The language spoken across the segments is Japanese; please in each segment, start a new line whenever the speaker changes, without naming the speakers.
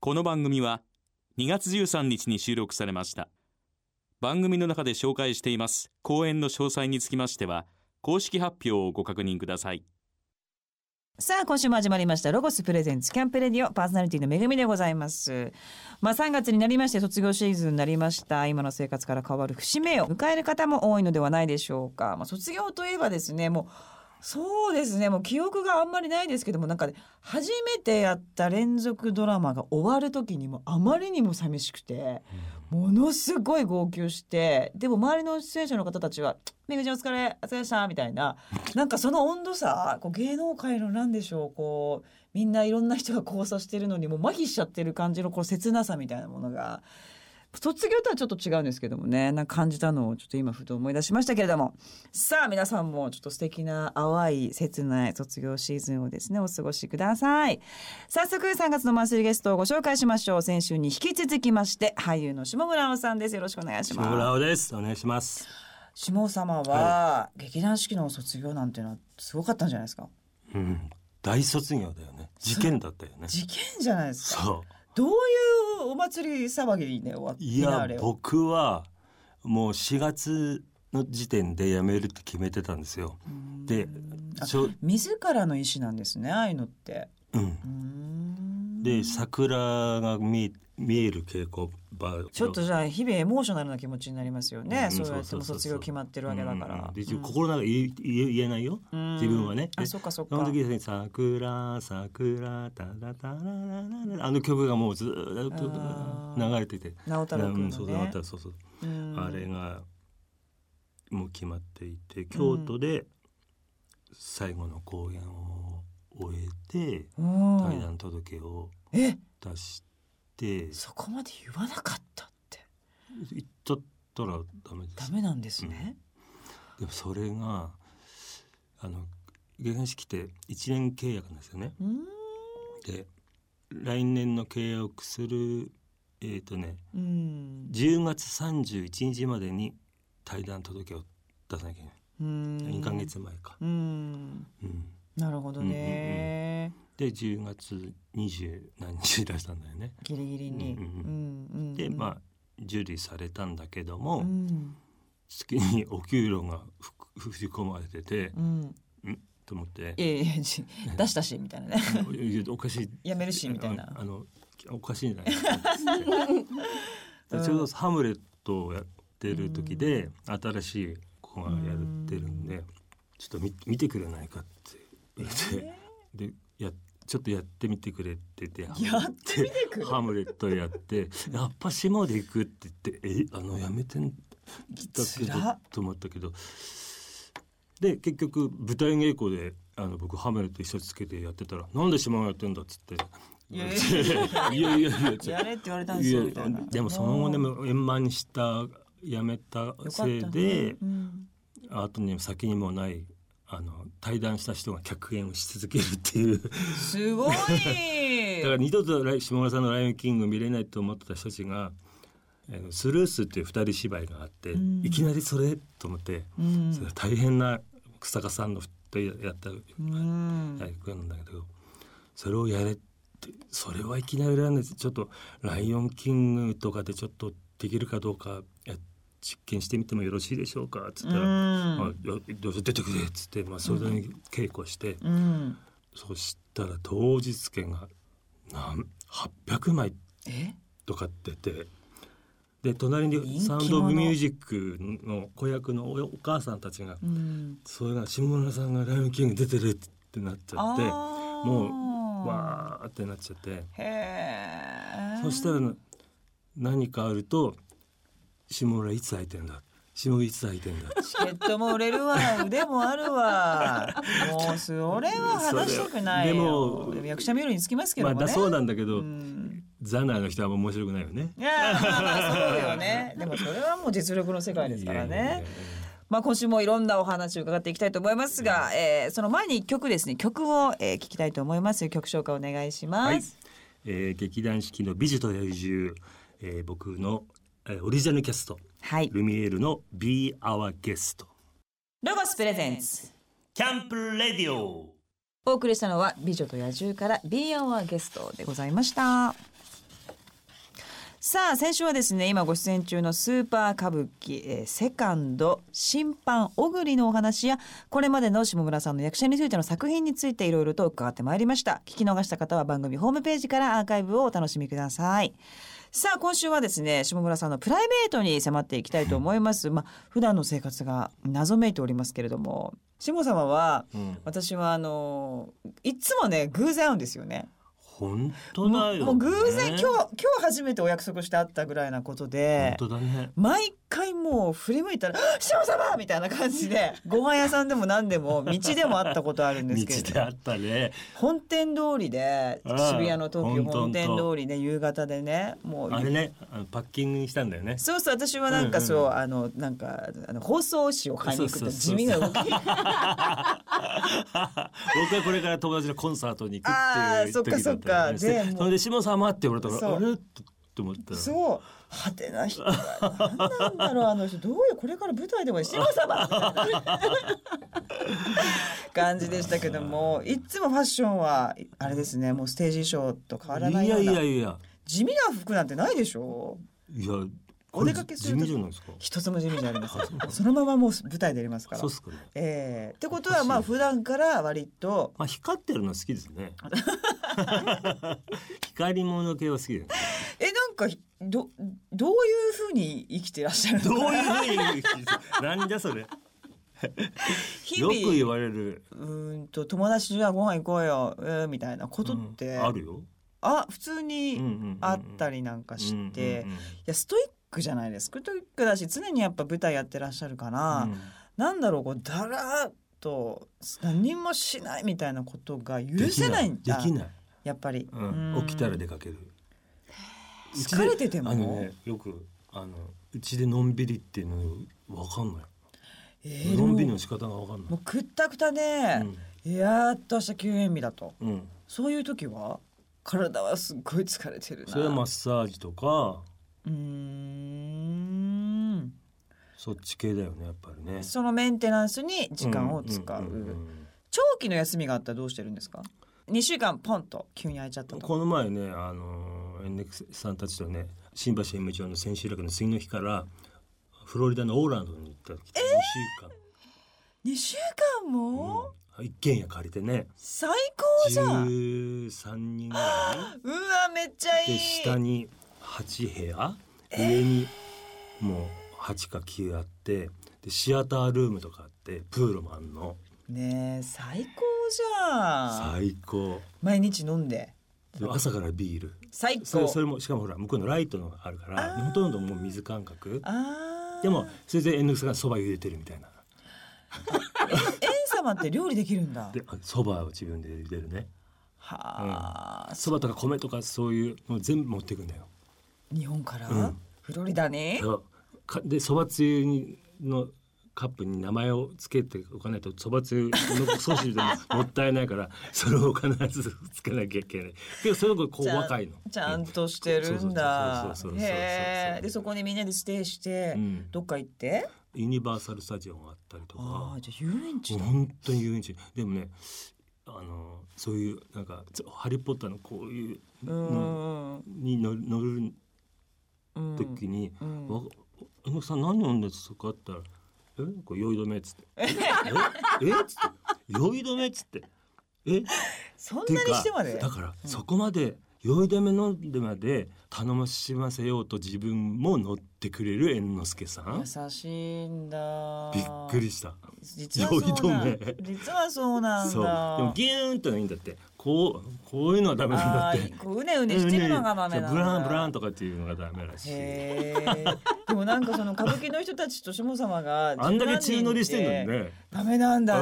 この番組は2月13日に収録されました番組の中で紹介しています講演の詳細につきましては公式発表をご確認ください
さあ、今週も始まりました。ロゴスプレゼンツキャンプレディオパーソナリティの恵みでございます。まあ、3月になりまして卒業シーズンになりました。今の生活から変わる節目を迎える方も多いのではないでしょうか。まあ、卒業といえばですね、もう、そうですね、もう記憶があんまりないですけども、なんかね、初めてやった連続ドラマが終わる時にもあまりにも寂しくて、ものすごい号泣して、でも周りの出演者の方たちは、めぐちゃんお疲れ、お疲れでした、みたいな、なんかその温度差こう芸能界のなんでしょうこうみんないろんな人が交差してるのにもう麻痺しちゃってる感じのこう切なさみたいなものが卒業とはちょっと違うんですけどもねなんか感じたのをちょっと今ふと思い出しましたけれどもさあ皆さんもちょっと素敵な淡い切ない卒業シーズンをですねお過ごしください早速3月のマンスリーゲストをご紹介しましょう先週に引き続きまして俳優の下村碧さんですよろしくお願いします
村尾です。お願いします。
下尾様は劇団四季の卒業なんていうのはすごかったんじゃないですか
うん、大卒業だよね。事件だったよ ね。
事件じゃないですか
そ
どういうお祭り騒ぎで終わっ
う。い
たあ
や
れ、を
僕はもう4月の時点で辞めるって決めてたんですよ。で、しょ
自らの意思なんですねああいうのって
うん
う。ーん
で、桜が見見える稽古場。
ちょっとじゃあ日々エモーショナルな気持ちになりますよね、
うん
そうやって
そうそう
も
そうそう
卒業決まってるわけだから、
うんで
うん
心の中で言え言えないよ。
うん
自分はね。
あ
で
そっかそっ
そ
か
の時に「桜桜タラタララララ」あの曲がもうずーっ
あ
と
ー
流れてて
直太朗
う
君
んそ
の
うだ
ね
ったそうそう
うん
あれがもう決まっていて京都で最後の公演を終えて
うん
退団届を
え
出して
そこまで言わなかったって
行っちゃったらダメで
ダ
す
メなんですね、
でもそれがあの劇団四季って1年契約なんですよね
うーん
で来年の契約するえっ、とね
うん
10月31日までに退団届を出さなきゃいけない2ヶ月前か、
うん
うん、
なるほどね、
で10月20何日出したんだよね。
ギリギリに、
うんう
うん
ん
うんうん
でまあ受理されたんだけど
う
も
ん
月にお給料がふ く振り込まれてて
うん、
と思って
いやいやいやし出したしみたい なね
あのいやおかしい
やめるしみたいな
あのおかしいんじ ゃ ないかと思っ
う
て
ん
でちょうど「ハムレット」をやってる時で新しい子がやってるんでちょっと見見てくれないかって言われて。でやちょっとやってみてくれって言って
やってみてくれ
ハムレットやってやっぱ島で行くって言ってえあのやめてんだけど
辛っ
と思ったけどで結局舞台稽古であの僕ハムレット一緒につけてやってたら「なんで島がやってんだ」っつって「
い
い
や
や
い
い
や
やいやいや」
やれって言われたんです
い
よ
や
みたいな
でもその後でも円満にしたやめた
よかった
せ
ね
いで、
うん
あとに先にもないあの対談した人が客演をし続けるっていう。
すごい
だから二度と来下村さんの「ライオンキング」見れないと思ってた人たちが「えースルース」っていう二人芝居があって、
うん
いきなりそれと思って、
うん
それは大変な草加さんの二人やった
うん
役なんだけど、それをやれってそれはいきなりやらないでちょっと「ライオンキング」とかでちょっとできるかどうかや実験してみてもよろしいでしょうかっつったら「
うん
まあ、よどうぞ出てくれ」っつって、まあ、それなりに稽古して。
うん
そしたら当日券がなん800枚
え
とか出てで隣に
人気
サウ
者
ンド・オブ・ミュージックの子役のおお母さんたちが、
うん
それが下村さんが「ライオンキング」出てるってなっちゃって
あー
もうわーってなっちゃって
へえ
そしたらな何かあると「下村いつ空いてんだ下村いつ空い てんだ」
チケットも売れ るわ腕もあるわもうそれは話したくないよ
それ
でも役者見るにつきますけど
ま
も
あ
ね、
だそうなんだけど、
うん
ザナーの人はあんま面白くないよね。
いやーまあまあそうよねでもそれはもう実力の世界ですから
いやいやい
ね
や。
まあ今週もいろんなお話を伺っていきたいと思いますが、えーその前に一曲ですね曲を、えー聞きたいと思います曲紹介お願いします、
えー劇団四季の「美女と野獣」えー僕の、えーオリジナルキャスト
はい、
ルミエールの「Be Our Guest
ロゴスプレゼンツ」
キャンプレディオ
お送りしたのは美女と野獣から Be Our Guest でございましたさあ先週はですね今ご出演中のスーパー歌舞伎、えーセカンド審判小栗のお話やこれまでの下村さんの役者についての作品についていろいろと伺ってまいりました聞き逃した方は番組ホームページからアーカイブをお楽しみくださいさあ今週はですね下村さんのプライベートに迫っていきたいと思いますまあ普段の生活が謎めいておりますけれども下様は
うん
私はあのいつもね偶然会うんですよね
本当だよ、ね。
もう偶然今日今日初めてお約束して会ったぐらいなことで
本当だね。
毎回もう振り向いたら「師匠様!」みたいな感じ でご飯屋さんでも何でも道でも会ったことあるん
道
ですけれど
であったね。
本店通りで
あ
渋
あ
谷の東急本店
ほんとほ
通
んと
りで夕方でねもう
あれね、あのパッキングしたんだよね。
そうそう私はなんかそう、
うんうん
あのなんかあの放送紙を買いに行く
そ
と
うそうそ
地
う
味な動き
僕はこれから友達のコンサートに行く
あーそ
っ
って
いう
か
時だったよね
そっかでもう
それで下様って言われたか
そう
らあれって思ったら
そう派手な人が何なんだろうあの人どういうこれから舞台でも志麻様みたいな 感じでしたけどもいっつもファッションはあれですねもうステージ衣装と変わらない
い
よ
や
う
い
な
やいや
地味な服なんてないでしょ
いや
お出かけする
地
時
味じゃないですか
一つも地味じゃありませんそのままもう舞台でやりますから
そうっすかね
ええってことはまあ普段から割と
まあ光ってるの好きですね 光り物系は好きだよね
えなんかどどういうふうに生きてらっしゃる
どう
のか
いうふうになんだそれよ
日
く
々
言われる
うーんと友達じゃあご飯行こうよ、えーみたいなことって、
うんあるよ
あ普通にあった
り
りなんかして、いやストイックじゃないですストイックだし常にやっぱ舞台やってらっしゃるから、なんだろうこうだらーっと何もしないみたいなことが許せないん
で
だ
きない
やっぱり、
うん
うん
起きたら出かけるうちで
疲れてても
あのねよくあのうちでのんびりっていうのわかんない
え
のんびり
も
の仕方がわかん
うもうくったくたで、
ない
やーっと明日休園日だと
うん、うん、
そういう時は体はすっごい疲れてるな
それはマッサージとか
うーん
そっち系だよねやっぱりね
そのメンテナンスに時間を使う,、
んんん
長期の休みがあったらどうしてるんですか2週間ポンと急に空いちゃった
うん
と
この前ねあの円楽さんたちとね新橋 M 町の千秋楽の次の日からフロリダのオーランドに行った時、え
2週間
週間、
も、
うん一軒家借りてね
最高じゃん
13人ぐらいね
うわめっちゃい
で
い
下に8部屋上にもう8か9あってでシアタールームとかあってプールもあんの
ねえ最高じゃん
最高
毎日飲んで
で朝からビール
最
それ
高
それもしかもほら向こうのライトのあるから
あー
ほとんどもう水感覚
あー
でも それで猿之助さんがそば茹でてるみたいな
円様って料理できるんだ
でそばを自分で茹でるね
はあ、
そばとか米とかそういうもう全部持ってくんだよ
日本から、
うん
フロリダに
そうかでそばつゆにのカップに名前をつけておかないとそばつゆのソースでももったいないからそれを必ずつけなきゃいけないけどそれがこう
ちゃん
若いの
ちゃんとしてるんだ
そうそうそうそうそうそうそうそう
へえでそこにみんなでステイして、
うん
どっか行って
ユニバーサル・スタジオがあったりとか
あ
も
あじゃあ遊園地
う
だ
本当に遊園地でもねあのそういうなんか「ハリー・ポッター」のこういう
う
の
んうん
に乗る乗る
うん
時に
う
「
ん
わあのさん何飲んでそこあったら「えこれ酔い止め」っつ って「ええっ?」つって「酔い止め」っつって「えっ?」
そん
てい
な
う
に
か
してまで
だからそこまで酔い止め飲んでまで頼ましませようと自分も乗ってくれる猿之助さん
優しいんだ
びっくりした
実はそうな
酔
ん
い止
実はそうなんだ
そうでもギューンとはいいんだってこうこういうのはダメなんだ
あ
っ
あ
て
こううねうねしてるのがダメなんだ
そうブランブランとかっていうのがダメらしい
へえでもなんかその歌舞伎の人たちと下様が
あんだけ宙乗りしてるの
ね
にね
ダメなんだ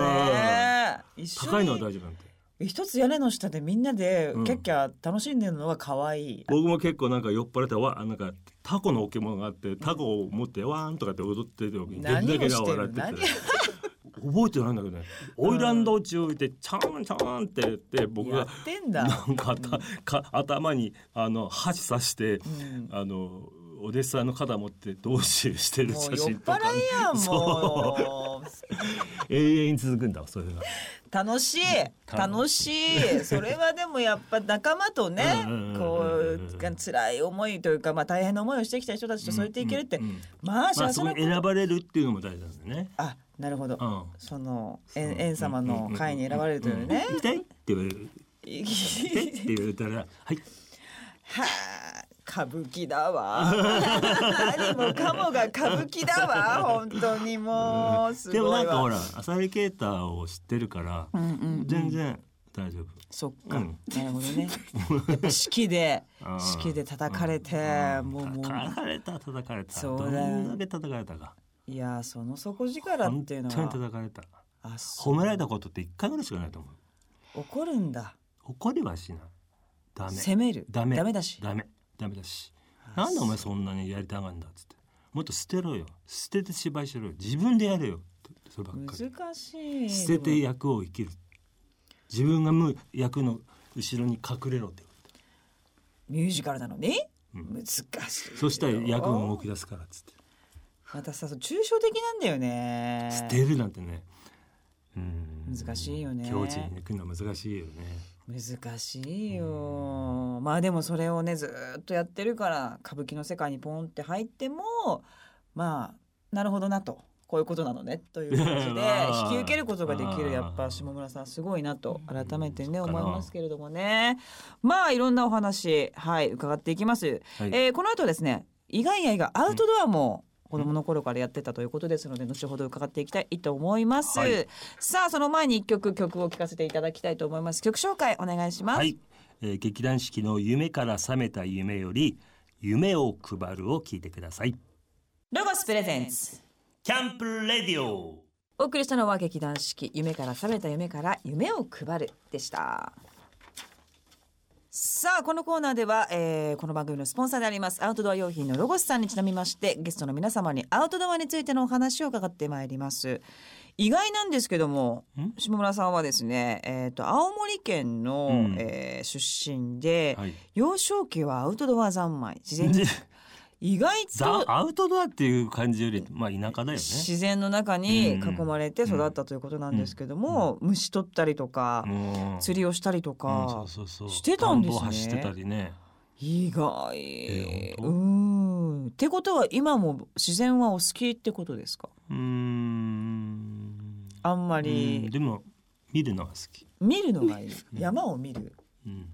ね一緒に
高いのは大丈夫なんて
一つ屋根の下でみんなで
うん
キャッキャ楽しんでるのは可愛い、
僕も結構なんか酔っ払ってわなんかタコの置物があってタコを持ってわーんとかって踊ってる時に
何を
だけが
してる
笑ってて
何
覚えてないんだけどねオイランド中でチャーンチャーンってやって僕
や
が
ってん
な
だ、
んかあたか頭にあの箸刺して
うん
あのお弟子さんの肩持って道中してる
もう酔
写
っ
真とか
払いやんもう
永遠に続くんだそれが。
楽しい楽しいそれはでもやっぱ仲間とね
うんうんうんうん
こう辛い思いというかまあ大変な思いをしてきた人たちとそうやっていけるって
うんうんうん
まあ
まあ
幸せ
そ
な
こ
こ
に選
と
ばれるっていうのも大事なんだね。
あなるほど
うん。
そのえ
うん
ん縁様の会に選ばれるというね
うん行きたいって言われる。行きたいって言われたら、はい。
はあ歌舞伎だわ何もかもが歌舞伎だわ本当にもうす
でも
ご
ないんかほ
わ
ら、浅井啓太を知ってるから、
うんうん
全然大丈夫。
そっか、
うん
なるほどねやっぱ式で
あー
式で叩かれて、
うん
もうもう
叩かれた叩かれた。
そ
ど
うだよ
んだけ叩かれたか。
いやーその底力っ
本
て
当
いう
に
のは
叩かれた。
あ
褒められ
た
たことって一回ぐらいしかないと思う。
怒るんだ
怒りはしない。ダメ。
責める
ダメ。
だし
ダメ。ダメだし。なんでお前そんなにやりたがるんだっつって。もっと捨てろよ。捨てて芝居しろよ。自分でやれよ。ってそればっかり。
難しい
捨てて役を生きる。自分がむ役の後ろに隠れろって。
ミュージカルなのに、
うん
難しい
そしたら役も動き出すからっつって。
またさそう抽象的なんだよね
捨てるなんてね。うん
難しいよね
境地に行くのは難しいよね。
難しいよまあでもそれをねずーっとやってるから歌舞伎の世界にポンって入ってもまあなるほどなとこういうことなのねという感じで
まあ
引き受けることができる
あー
やっぱ下村さんすごいなと改めてね
うん
思いますけれどもねまあいろんなお話はい伺っていきます。
はい
えーこの後ですね意外や意外アウトドアも子供の頃からやってたということですので、後ほど伺っていきたいと思います、
はい
さあその前に一曲曲を聴かせていただきたいと思います曲紹介お願いします、
はい、えー、劇団四季の夢から覚めた夢より夢を配るを聞いてください
ロゴスプレゼンツ
キャンプレディオ
お送りしたのは劇団四季夢から覚めた夢から夢を配るでしたさあこのコーナーでは、えーこの番組のスポンサーでありますアウトドア用品のロゴスさんにちなみましてゲストの皆様にアウトドアについてのお話を伺ってまいります意外なんですけども
ん
下村さんはですね、えー、と青森県の、
うん
えー出身で、
はい
幼少期はアウトドア三昧自然意外
ザ
と
アウトドアっていう感じよりまあ田舎だよね
自然の中に囲まれて育ったということなんですけども、虫取ったりとか、
もう
釣りをしたりと
うんそ
か
う、そうそう
してたんですね
田ぼ走ってたりね
意外、
えー
う
本当
んってことは今も自然はお好きってことですか
うーん
あんま
うん
り
でも見るのが好き、
見るのがいい山を見る
うん、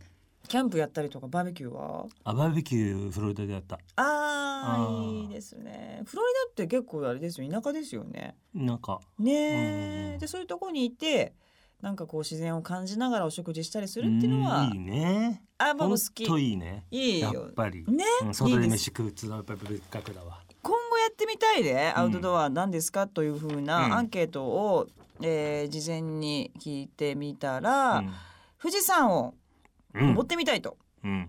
キャンプやったりとかバーベキューは
あバーベキューフロリダでやった
あ
あ
ー
ー
いいですねフロリダって結構あれですよ田舎ですよね
なんか
ね
う
え
ん
でそういうとこにいてなんかこう自然を感じながらお食事したりするっていうのは
うんいいね
あもう好
ほん
き
といいね
いい
やっ
よ
ぱり
ね
うん、外
い
で
いで
飯
す
食うつのはやっぱり別格だわ
今後やってみたいでアウトドアなんですかというふう
うん
なアンケートを、えー事前に聞いてみたら、富士山を
うん
登ってみたいと、
うん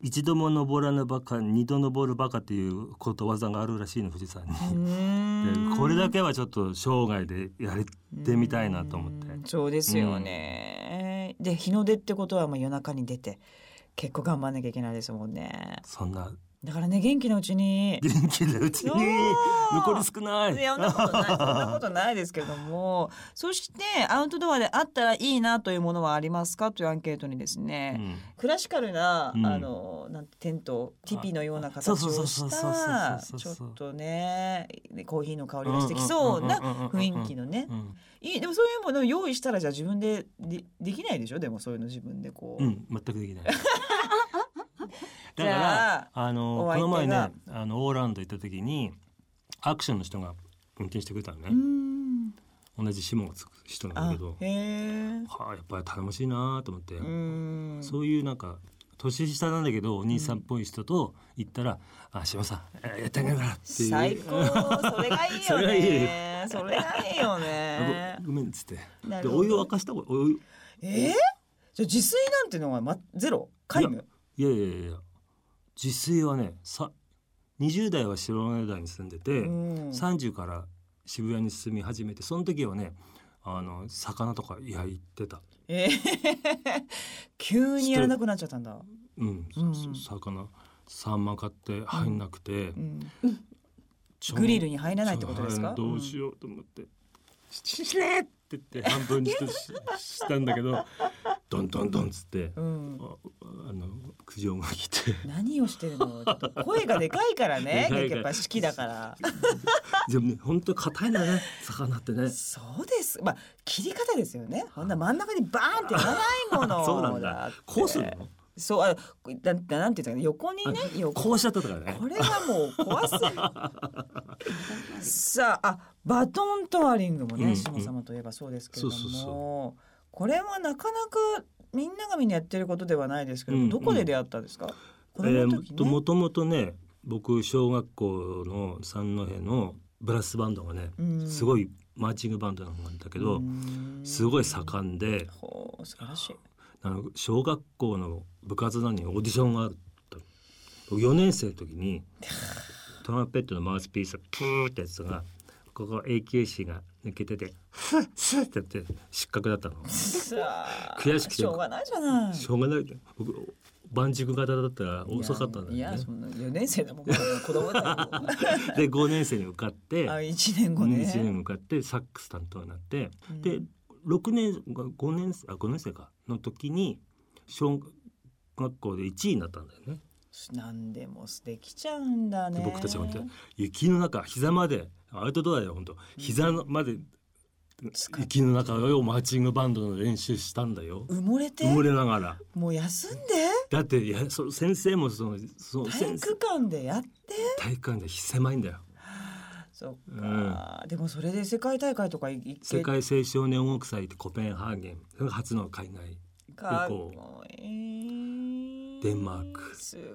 一度も登らぬバカ二度登るバカっていうことわざがあるらしいの富士山に、
うーん
でこれだけはちょっと生涯でやれてみたいなと思って
うんそうですよね、で日の出ってことはまあ夜中に出て結構頑張んなきゃいけないですもんね
そんな
だからね元気なうちに
元気なうちに
そう
残り少ない
いやそんなことないそんなことないですけどもそしてアウトドアであったらいいなというものはありますかというアンケートにですね、
うん
クラシカルな、
うん
あのなんてテントティピのような形
そ
を
うそうそう
し
そう
た
そう
ち
そ
ょっ
うそう
とねコーヒーの香りがしてきそうな雰囲気のね
うん
いいでもそういうものを用意したらじゃあ自分ででできないでしょでもそういうの自分でこう、
うん全くでき ないだか
じゃあ
らあの
お
こ
相手
の
が
前ねあのオーランド行った時にアクションの人が運転してくれたのね、
うん
同じシモンをつく人なんだ
あ
けど
へえ
はあやっぱり頼もしいなと思って、
うん
そういうなんか年下なんだけどお兄さんっぽい人と行ったら「あ島さんえーやってあげるから」っていう
最高それがいい
そ
よ
れがいい
ねそれがいいよね
あごごめんっつって
な
で
るほど
お湯を沸かした方がお湯
えー、じゃあ自炊なんてのは、ま、ゼロ皆無
いやいやいやいや自炊はねさ20代は白根台に住んでて、
うん
30から渋谷に住み始めてその時はねあの魚とか焼いてた、
えー急にやらなくなっちゃったんだ。
うん
うん
そそ魚サンマ買って入んなくて、
うん
ちょ
グリルに入らないってことです
ちょ
か
っどうしようと思って「死ね!」って言って半分にしてししたんだ けどドンドンドンっつって
う。ん
ああの苦情が来て
何をしてるのちょっと声がでかいからね
でかいか
や
ら
っぱ好きだから
でもね本当硬いんだね魚ってね
そうですまあ切り方ですよねこんな真ん中にバーンっていかないもの
そうなんだ
って
こうするの
そうあだだなんていうんですかね横にね横
こうしちゃったからね
これはもう怖すぎさああバトントワリングも
うんう
ね
ん
志麻様といえばそうですけれども、
そうそう
これはなかなかみんながみんなやってることではないですけど、
うん
どこで出会ったんですか、子
え
供の時
ー、と
ね、
もともとね僕小学校の三戸のブラスバンドがね、
うん
すごいマーチングバンドなんだけど、
うん
すごい盛んで
ほう素晴らしい
あの小学校の部活なのにオーディションがあったの僕4年生の時 にトランペットのマウスピースプーってやつがここ永久歯が抜けててフッスッってやって失格だったの。
さあ
悔しくて
しょうがないじゃない
しょうがない僕万熟型だったら遅かったんだ
いやいや
よね
そ。んな4年生だもんまだ子供だ
で5年生に受かって
もんあ一年後ね
1年向かってサックス担当になって、
うん
で6年5年あ5年生かの時に小学校で1位になったんだよね。
なんでもできちゃうんだ
で
ね
僕たちは本当に雪の中膝までアウトドアで本当膝のまで雪の中をマーチングバンドの練習したんだよ。
埋もれて
埋もれながら
もう休んで
だっていやそ先生もそのその
体
先生
育館でやって
体育館で狭いんだよ。
そっか、でもそれで世界大会とか行って
世界青少年音楽祭ってコペンハーゲンそれが初の海外
かっこいい
デンマーク
すごい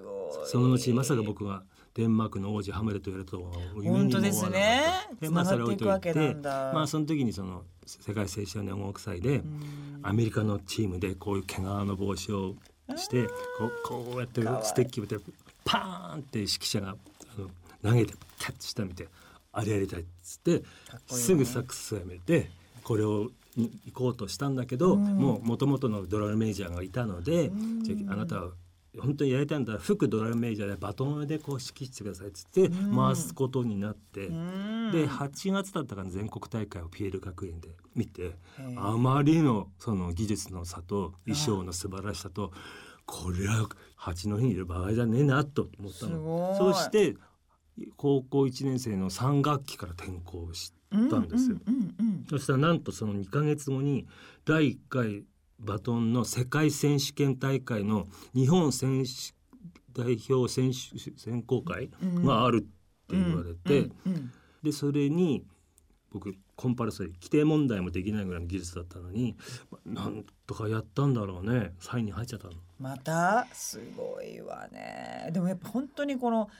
その後まさか僕がデンマークの王子ハムレとやるとは夢にも思わ
本
なか
当
った
ですね
で
つ
ま
な
あそれ
がっ
置
てい
いと
く
い
わ
て
けなんだ、
まあその時にその世界青少年音楽祭で
うん
アメリカのチームでこういう毛皮の帽子をしてこうこうやって
かわいい
ステッキを打ってパーンって指揮者があの投げてキャッチしたみたいあれやりたいっつって
かっこいいね
すぐサックスをやめてこれをに行こうとしたんだけど、もう元々のドラムメジャーがいたので、じゃああなたは本当にやりたいんだら服ドラムメジャーでバトンでこう指揮してくださいっつって回すことになって、
うん
で8月だったかな全国大会をピエール学園で見て
え
あまりのその技術の差と衣装の素晴らしさとこれは蜂の日にいる場合じゃねえなと思ったの
すご
そ
い
して高校1年生の3学期から転校したんですよ。
うんうんうんうん
そしたらなんとその2ヶ月後に第1回バトンの世界選手権大会の日本選手代表選手選考会があるって言われて、
うんうん
でそれに僕コンパルソリー規定問題もできないぐらいの技術だったのになんとかやったんだろうねサインに入っちゃったの。
またすごいわねでもやっぱ本当にこの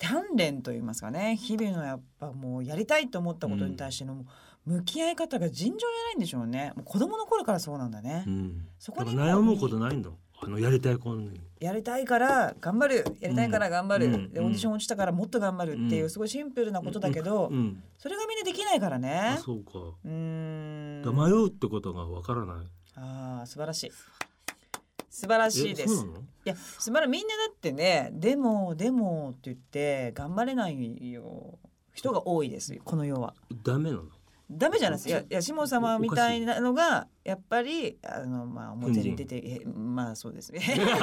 鍛錬といいますかね日々のやっぱもうやりたいと思ったことに対しての向き合い方が尋常じゃないんでしょうねもう子供の頃からそうなんだね、
うん、
そこ
だ
にこ
か
う
ら悩むことないんだあのやりたいことに。
やりたいから頑張るやりたいから頑張る、
うん
でオーディション落ちたからもっと頑張るっていううんすごいシンプルなことだけど、
うん、
それがみんなできないから
あ
ね
そうか。
うーん
だから迷うってことがわからない。
あー素晴らしい素晴らしい
え
で
そう
す
なの？
いやすまらみんなだってねでもでもって言って頑張れないよ人が多いですよこの世は。
ダメなの。
ダメじゃないですいやいや下様みたいなのがやっぱりあのまあ表に出てえまあそうですね
変人だよ。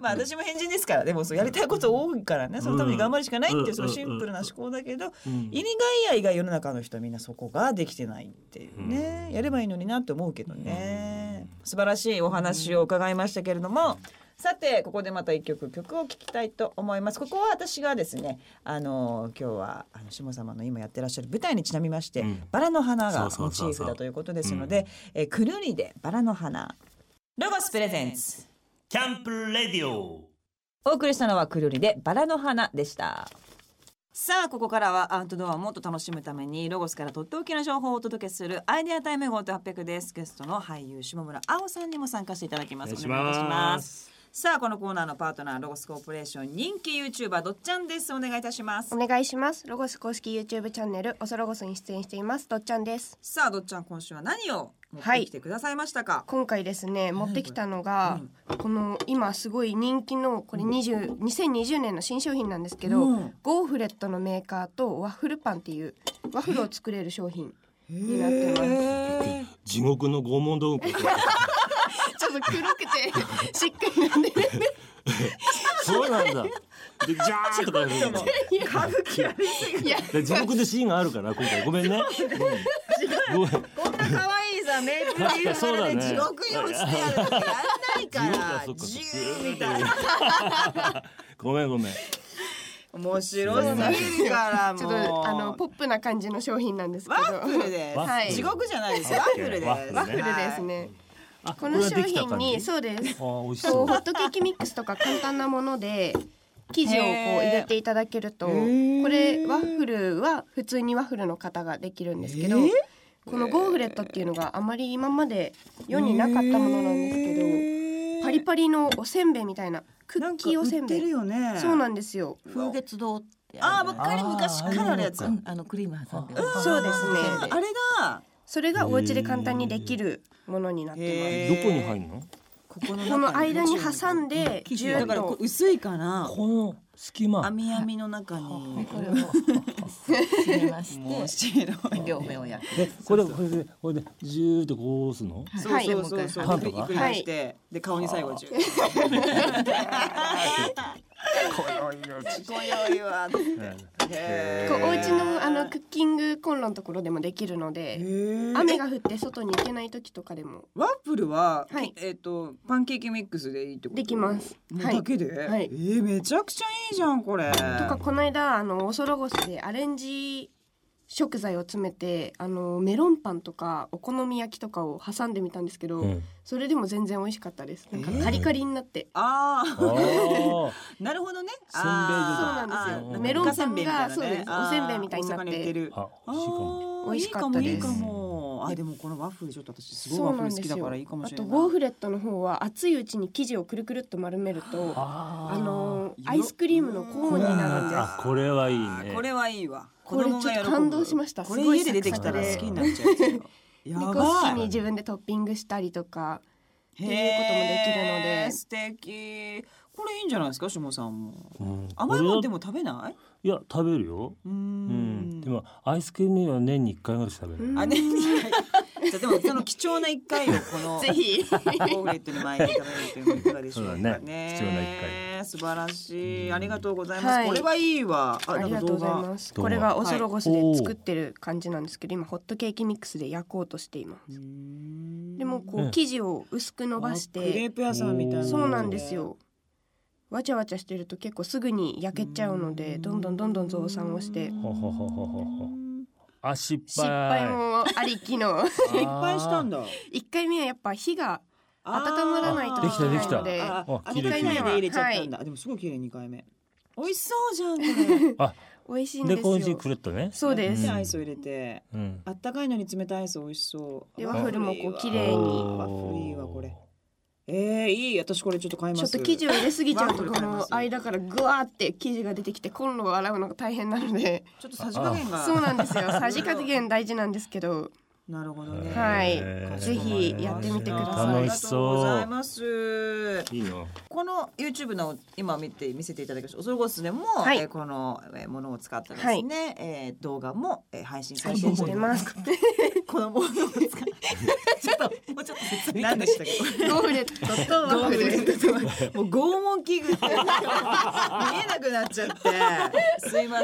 まあ私も変人ですからでもそうやりたいこと多いからねそのために頑張るしかないっていううんそのシンプルな思考だけど
うん
入りがいやいが世の中の人はみんなそこができてないっていうね、やればいいのになって思うけどね、素晴らしいお話を伺いましたけれども、さてここでまた一曲曲を聴きたいと思いますここは私がですねあの今日はあの下様の今やってらっしゃる舞台にちなみまして、
うん
バラの花が
そ
モ
うそう
チ
そうそう
ーフだということですのでえーくるりでバラの花ロゴスプレゼンツ
キャンプレディオ
お送りしたのはくるりでバラの花でしたさあここからはアウトドアをもっと楽しむためにロゴスからとっておきの情報をお届けするアイデアタイムゴート800ですゲストの俳優下村青さんにも参加していただきます
お願いします
さあこのコーナーのパートナーロゴスコーポレーション人気 YouTuber どっちゃんですお願いいたします
お願いしますロゴス公式 YouTube チャンネルおそロゴスに出演していますどっちゃんです
さあどっちゃん今週は何を持ってきてくださいましたか、
今回ですね持ってきたのが、この今すごい人気のこれ20 2020年の新商品なんですけど、
うん
ゴーフレットのメーカーとワッフルパンっていうワッフルを作れる商品になってます
へー
地獄の拷 問道具
ちょっと黒くて しっかりなんで
そうなんだでジャーとかやるの
歌舞伎やりすぎ
いや
で地獄のシーンがあるから今回ごめんね、うんごめん
こんな可愛いさメープルリーフ柄で地獄に落ちてやるってやん ないか
地獄は
ら
そっか
自由みたいな
ごめんごめん
面白すぎるからもう
ちょっとあのポップな感じの商品なんですけど
ワッフルです、
はい
地獄じゃないですワッフルです
ワッフルね
ワッフルです
はい
ね、
あ
この
れは
商
できた
品
感じ
にそうです
あー美味し
こ
そう
うホットケーキミックスとか簡単なもので生地をこう
へー
入れていただけるとこ
ー
れワッフルは普通にワッフルの型ができるんですけど
えー
このゴーフレットっていうのがあまり今まで世になかったものなんですけどパリパリのおせんべいみたいなク
な
ッ
んか
キーお
売
せ
っ
んべ
てる
い
よね。
そうなんですよ
風月堂って
あーば
る
っ
じゃ
かり昔からあるやつ
あ
な
ー
い
あ
うんあのクリーム挟んで
そうですね
あれだ
それがお家で簡単にできるものになって
へ
ど
ー
こに入るの
ここの
ます
中
この間に挟んで
生地
ジュ
だ
ー
か
ッ
らこう
と
薄いから
この隙間
網網の中に
これを
詰めまし
面
て
白い
両面を焼く
でこれこれでこれでジューってこう押すの
そうそうそうそう、
パン
ひっ
とか
くり返して、で顔に最後 中。今宵は。
こうお
へ
家のあのクッキングコンロのところでもできるの
え。
で
へー
雨が降って外に行けない時とかでも
ワッフルは、
はい
えっ、とパンケーキミックスでいいってこと。
できます。
もう
はい。
だ
と
けで、
はい
えーめちゃくちゃいいじゃんこれ。
かこの間あのオソロゴスでアレンジ食材を詰めてあのメロンパンとかお好み焼きとかを挟んでみたんですけど、
うん
それでも全然美味しかったです。なんか
えー
カリカリになって。
あ
あー
あ、なるほどね。
せんべい状態
そう
あー
なんです
あー
よ。メロンパ
せ
ン
べいみた
が
いなね
そうです。おせんべいみたいになっ
あー大阪売
て。
る
あ
あ
美味しいかも
ー
美味しかったです
いいかもいいかも。あでもこのワッフルちょっと私すごいワッフル好きだからいいかも
あ
しれな
と
い。
ゴーフレットの方は熱いうちに生地をくるくるっと丸めると、あ
あ
のアイスクリームのコーンになるんです。
あこれはいい
あ
ね
これはいいわ。
これ
子供が喜ぶ
ちょっと感動しました
これ
すごい
家で出てきたら好きになっちゃうやつだよ。や
でこう好
ば
き
い。
に自分でトッピングしたりとか
って
いうこともできるので
素敵。これいいんじゃないですか、しもさんも。
うん
甘いもんで
こ
も食べない？
れはいや食べるよ
うー
うん
ん
で。もアイスクリームは年に一回ぐらいしか食べる
あね。じゃあでもその貴重な一回をこの
ぜひ
ゴーグレットに巻いていただいてもいかがでしょうか
そう
ね。
だね貴重な一
回。素晴らしい。ありがとうございます。
はい
これはいいわ。
ありがとうござい
す。
ます
動画
これがオソロゴスで作ってる感じなんですけど今ホットケーキミックスで焼こうとしていますでもこ
うん
う生地を薄く伸ばし
クレ
て
ープ屋さんみたいな。
そうなんです。よわちゃわちゃしてると結構すぐに焼けちゃうのでどんどんどんどん増産をして
ほほほほほほあ失
失
敗
敗もありきの
いっぱいしたん
だ
だ。
一回目はやっぱ火が
あー
温まらないと
できたできた
で
あ
あ
あ
綺
二
麗
回目で
綺麗
入れちゃったんだ。あでもすごい綺麗二回目。美味しそうじゃんこれ。
あ
美味しいん
で
です
こういう
よ
くれったね
そうです
でアイスを入れて。
うん
あったかいのに冷たいアイス美味しそう。
でワッフルもこう綺麗に
ワッフルいいわこれ。えー、いい私これちょっと買いま
ちょっ
す。
と生地を入れすぎちゃうと
ワッフル
こ
買いま
の
す
間からぐわーって生地が出てきてコンロを洗うのが大変なので
ちょっとさじ加減が。
そうなんですよさじ加減大事なんですけど
なるほどね。
はい
へー
ぜひやってみてください
あり
楽
が
し
とうご
そ
ざいうます。
いいな
この YouTube の今見て見せていただきました。オソロゴスでも、
はい
えーこのえーものを使ったですね、えー動画も、えー配信され
配
ている
信してます
このものを使った。 ちょっともうちょっと説明何でしたっけ。
ゴーフレットとワッフル
もう拷問器具って見えなくなっちゃってすいま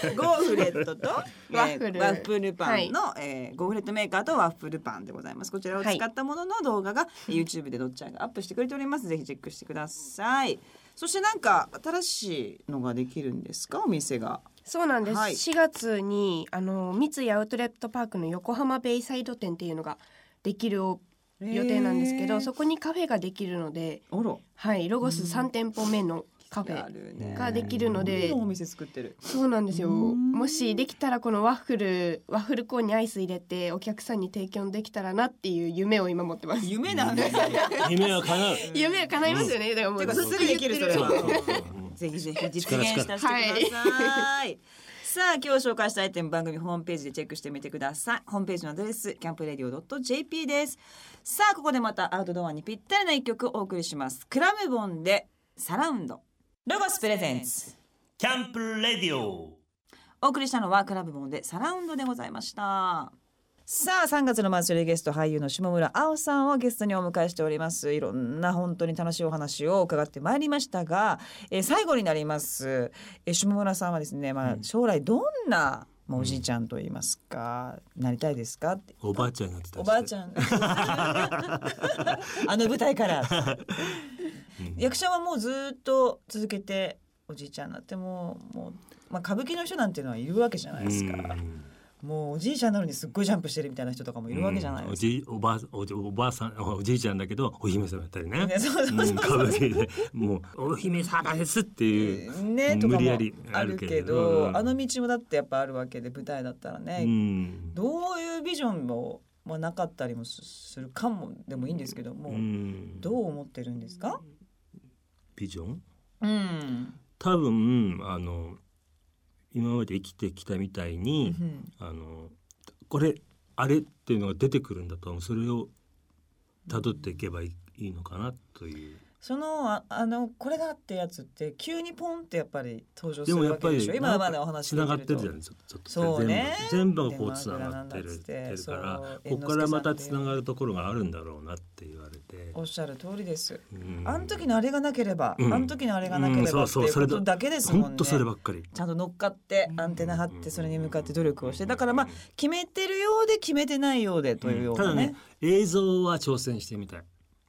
せんゴーフレットとえー
ワッフル
ワッフルパンの、えーゴーフレットメーカーとワッフルパンでございますこちらを使ったものの動画が、YouTube でどっちゃんがアップしてくれておりますぜひチェックしてくださいそしてなんか新しいのができるんですかお店が
そうなんです、
はい
4月にあの三井アウトレットパークの横浜ベイサイド店っていうのができる予定なんですけど、
へー
そこにカフェができるので
あら
はいロゴス3店舗目のカフ
や
ェ
るね
ができるので、
いいお店作ってる
そうなんですよ
うん
もしできたらこのワッフルワッフルコーンにアイス入れてお客さんに提供できたらなっていう夢を今持ってます
夢なんですよ
夢は叶う
夢は叶いますよね、でもも
てかすぐできるそれ
ずっと
は
言って
ぜひぜひ実現したしてください。 さあ今日紹介したアイテム番組ホームページでチェックしてみてくださいホームページのアドレスキャンプレディオ .jp ですさあここでまたアウトドアにぴったりな一曲お送りしますクラムボンでサラウンドロゴスプレゼンツ
キャンプレディオ
お送りしたのはクラブボンでサラウンドでございましたさあ3月のマンスリーゲスト俳優の下村青さんをゲストにお迎えしておりますいろんな本当に楽しいお話を伺ってまいりましたが、えー最後になります、えー下村さんはですね、まあ、将来どんな、まあおじいちゃんといいますか、なりたいですかって
おばあちゃんになってた
お
り
ばあち
ん
ゃ んあの舞台から、役者はもうずっと続けておじいちゃんになってもうもう、まあ、歌舞伎の人なんていうのはいるわけじゃないですか、もうおじいちゃんなのにすっごいジャンプしてるみたいな人とかもいるわけじゃない
お
ですか。
じいおばあおじおばあさんおおじいちゃんだけどお姫様だったりね
ね そうそう
うん歌舞伎でもうお姫様ですっていう、
ねとか
無理
も
やり
あ
あ
る
る
け
け
ど
どうん
あの道もだってやっぱあるわけで舞台だったらね、
うん
どういうビジョンも、まあ、なかったりもすするかもでもいいんですけども、
うん
どう思ってるんですか、
ビジョン
うん
多分あの今まで生きてきたみたいに、
うん
あのこれあれっていうのが出てくるんだと思うそれを辿っていけばいいいいのかなという
そのああのこれだってやつって急にポンってやっぱり登場す
でも
る
やっ
わけ
ぱ
で
り
しょ今までお話し
つながって
てる
るじゃ
と
ないですかちょっと
そうね
全部全部がこ
電
う
話
つながってる
つながっ
ってて
て
るから
そう
ここからまた
猿之助
つ
さんっ
な
て
がるところがあるんだろうなって言われて
おっしゃる通りです。
うん
あの時のあれがなければ、
うん
あの時のあれがなければ、
うんそうそう
っていうこ
そ
と
れ
だけですもんね。
本当そればっかり
ちゃんと乗っかってアンテナ張ってそれに向かって努力をしてだからまあ決めてるようで決めてないようでというよう
た
な
だ
ね
ね映像は挑戦してみたい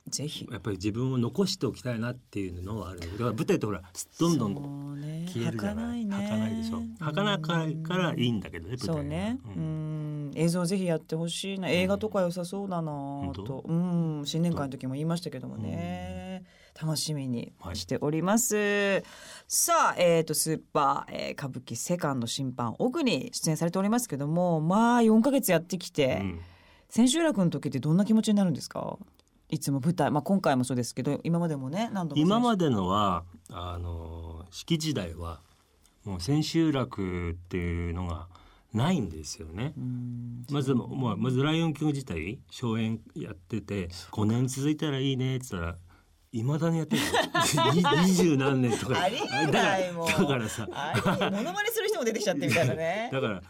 ぜひ
やっぱり自分を残しておきたいなっていうのはあるだから舞台ってほらどんどん
そうね
消えるじゃない
儚
儚いでしょ儚いからいいんだけどね舞台は
そうね、う
う
ん、
ん
映像ぜひやってほしいな映画とか良さそうだなぁと、うん、新年会の時も言いましたけどもね、楽しみにしております、さあ、えー、とスーパー、えー歌舞伎セカンド審判奥に出演されておりますけどもまあ4ヶ月やってきて、
うん
千秋楽の時ってどんな気持ちになるんですかいつも舞台、まあ、今回もそうですけど今までもね何度も
今ま
で
でのはあの式時代はもう千秋楽っていうのがないんですよね。まずもうまあまず「ライオンキング」自体荘演やってて5年続いたらいいねって言ったら。いまだにやってる 二十何年とか
ありえないもん
だからだからさ
あれモノマネする人も出てきちゃってみたいなね
だから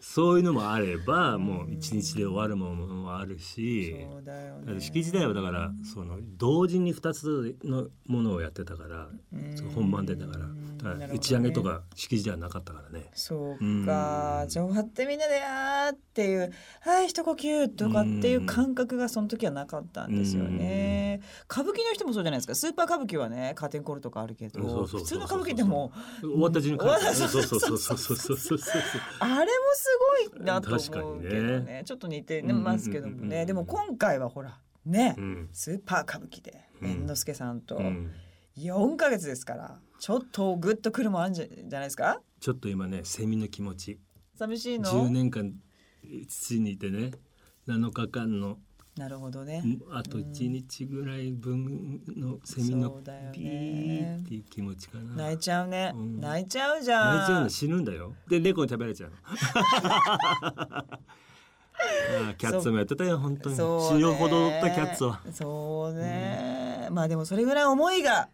そういうのもあればもう一日で終わるものもあるし
そうだよ
だから
ね
式時代はだからその同時に2つのものをやってたからその本番でだからだ
な
か
るほど
ら
ね
打ち上げとか式時代はなかったからね。
そうかじゃあ終わってみんなであーっていうはい一呼吸とかっていう感覚がその時はなかったんですよね歌舞伎の人もそうじゃないですかスーパー歌舞伎はねカーテンコールとかあるけ
うんそ
ど
うそうそうそう
普通の歌舞伎ってもう
終わった順に帰
終わった
る。そうそうそうそうそうそうそうそう。
あれもすごいなと思うけどね
確かに
ちょっと似てますけどもね、
うんうんうんうん
でも今回はほらね、
うん。
スーパー歌舞伎で
うん
猿之助さんと
うん
4ヶ月ですからちょっとグッとくるもんあるんじゃじゃないですか
ちょっと今ねセミの気持ち。
寂しい
10
の
年間土にいてね7日間の
なるほどね、
んあと1日ぐらい分のセミ
そ
の
うだよね
ビーっていう気持ちかな。
泣いちゃうね、
うん
泣いちゃうじゃん
泣いちゃうの死ぬんだよ。で猫に食べられちゃう の。ああキャッツもやってたよ本当に。
そう
死
ね
ぬほどおったキャッツは。
そうね、まあでもそれぐらい思いが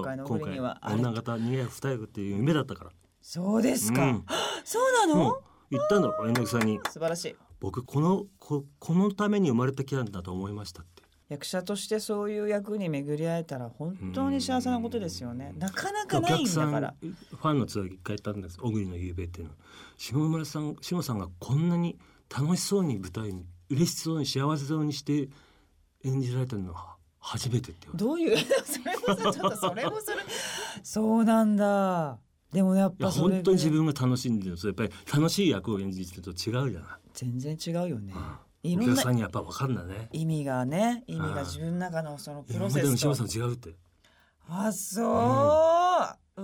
今
う
回の「りにはあ
今回
る
女方二役二役っていう夢だったから。
そうですか、
うん
そうなの、
もう言ったの円楽さんに
素晴らしい
僕このここのために生まれてきたんだと思いましたって。
役者としてそういう役に巡り会えたら本当に幸せなことですよねなかなかないんだから
お客さんファンのツアーに一回行ったんです小栗の夕べっていうのは下村さん下さんがこんなに楽しそうに舞台に嬉しそうに幸せそうにして演じられたのは初めてって言われた
どういう それもさちょっとそれもそれそうなんだでもやっ
いや
ぱそれ
本当
ぐら
に
い
自分が楽しんでるんですよやっぱり楽しい役を演じてると違うじゃな
全然違うよね
い
いろ
お
ん
客
な
さんにやっぱ分かんだね
意味がね意味
う
が
ん
自分の中のそのプ
今
ロ
ま
セ
での下村
ス
さ
と
ん違うって
あそう、うわ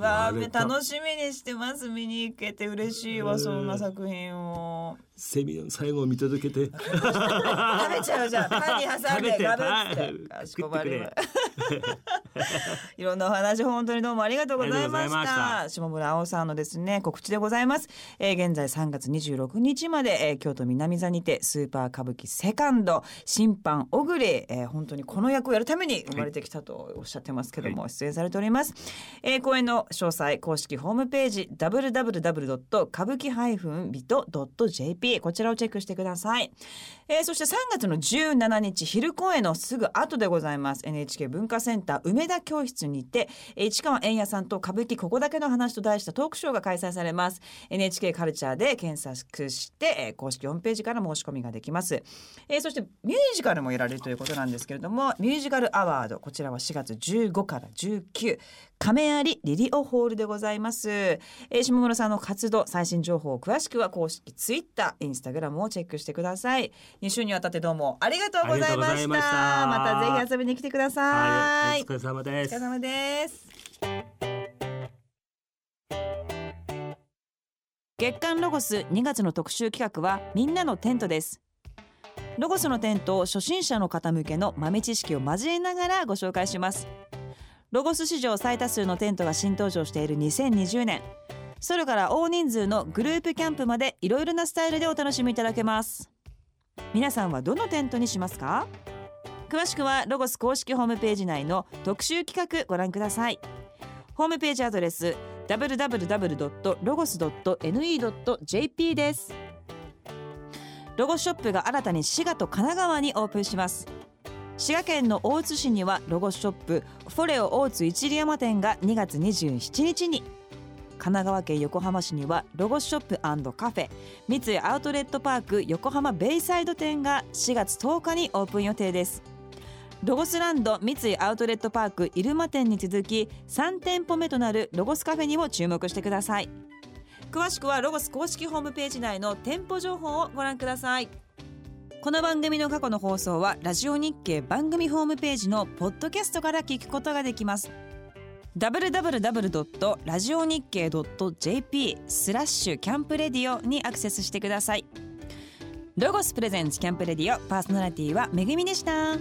あ
あれだ
楽しみにしてます見に行けて嬉しいわそんな作品を
セミの最後を見届けて
食べちゃうじゃんパンに挟ん
食べ
で
て
ガブって
はい
かしこまりま
食って
いろんなお話本当にどうもありがとうございま
あ
し
りがとうございま
た。下村青さんのですね告知でございます。えー現在3月26日まで、えー京都南座にてスーパー歌舞伎セカンド審判小栗、えー本当にこの役をやるために生まれてきたとおっしゃってますけども、出演されております。えー、公演の詳細公式ホームページ www. 歌舞伎 -bit.jp こちらをチェックしてください。えーそして3月の17日昼公演のすぐ後でございます NHK 文化センター梅田教室にてえー市川円也さんと歌舞伎ここだけの話と題したトークショーが開催されます NHK カルチャーで検索して、えー公式ホームページから申し込みができます、えーそしてミュージカルもやられるということなんですけれどもミュージカルアワードこちらは4月15から19亀有リリオホールでございます、えー下村さんの活動最新情報詳しくは公式ツイッターインスタグラムをチェックしてください2週にわたってどうもありがとうございました
ありがとうございました
またぜひ遊びに来てくださ
はいい、お疲れ様で
お疲
す
れ。様です月刊ロゴス2月の特集企画はみんなのテントですロゴスのテントを初心者の方向けの豆知識を交えながらご紹介しますロゴス史上最多数のテントが新登場している2020年ソロから大人数のグループキャンプまでいろいろなスタイルでお楽しみいただけます皆さんはどのテントにしますか詳しくはロゴス公式ホームページ内の特集企画ご覧くださいホームページアドレス www.logos.ne.jp ですロゴスショップが新たに滋賀と神奈川にオープンします滋賀県の大津市にはロゴスショップフォレオ大津一里山店が2月27日に神奈川県横浜市にはロゴスショップカフェ三井アウトレットパーク横浜ベイサイド店が4月10日にオープン予定ですロゴスランド三井アウトレットパーク入間店に続き3店舗目となるロゴスカフェにも注目してください詳しくはロゴス公式ホームページ内の店舗情報をご覧くださいこの番組の過去の放送はラジオ日経番組ホームページのポッドキャストから聞くことができます www.radionickei.jp スラッシュキャンプレディオにアクセスしてくださいロゴスプレゼンツキャンプレディオパーソナリティはめぐみでした。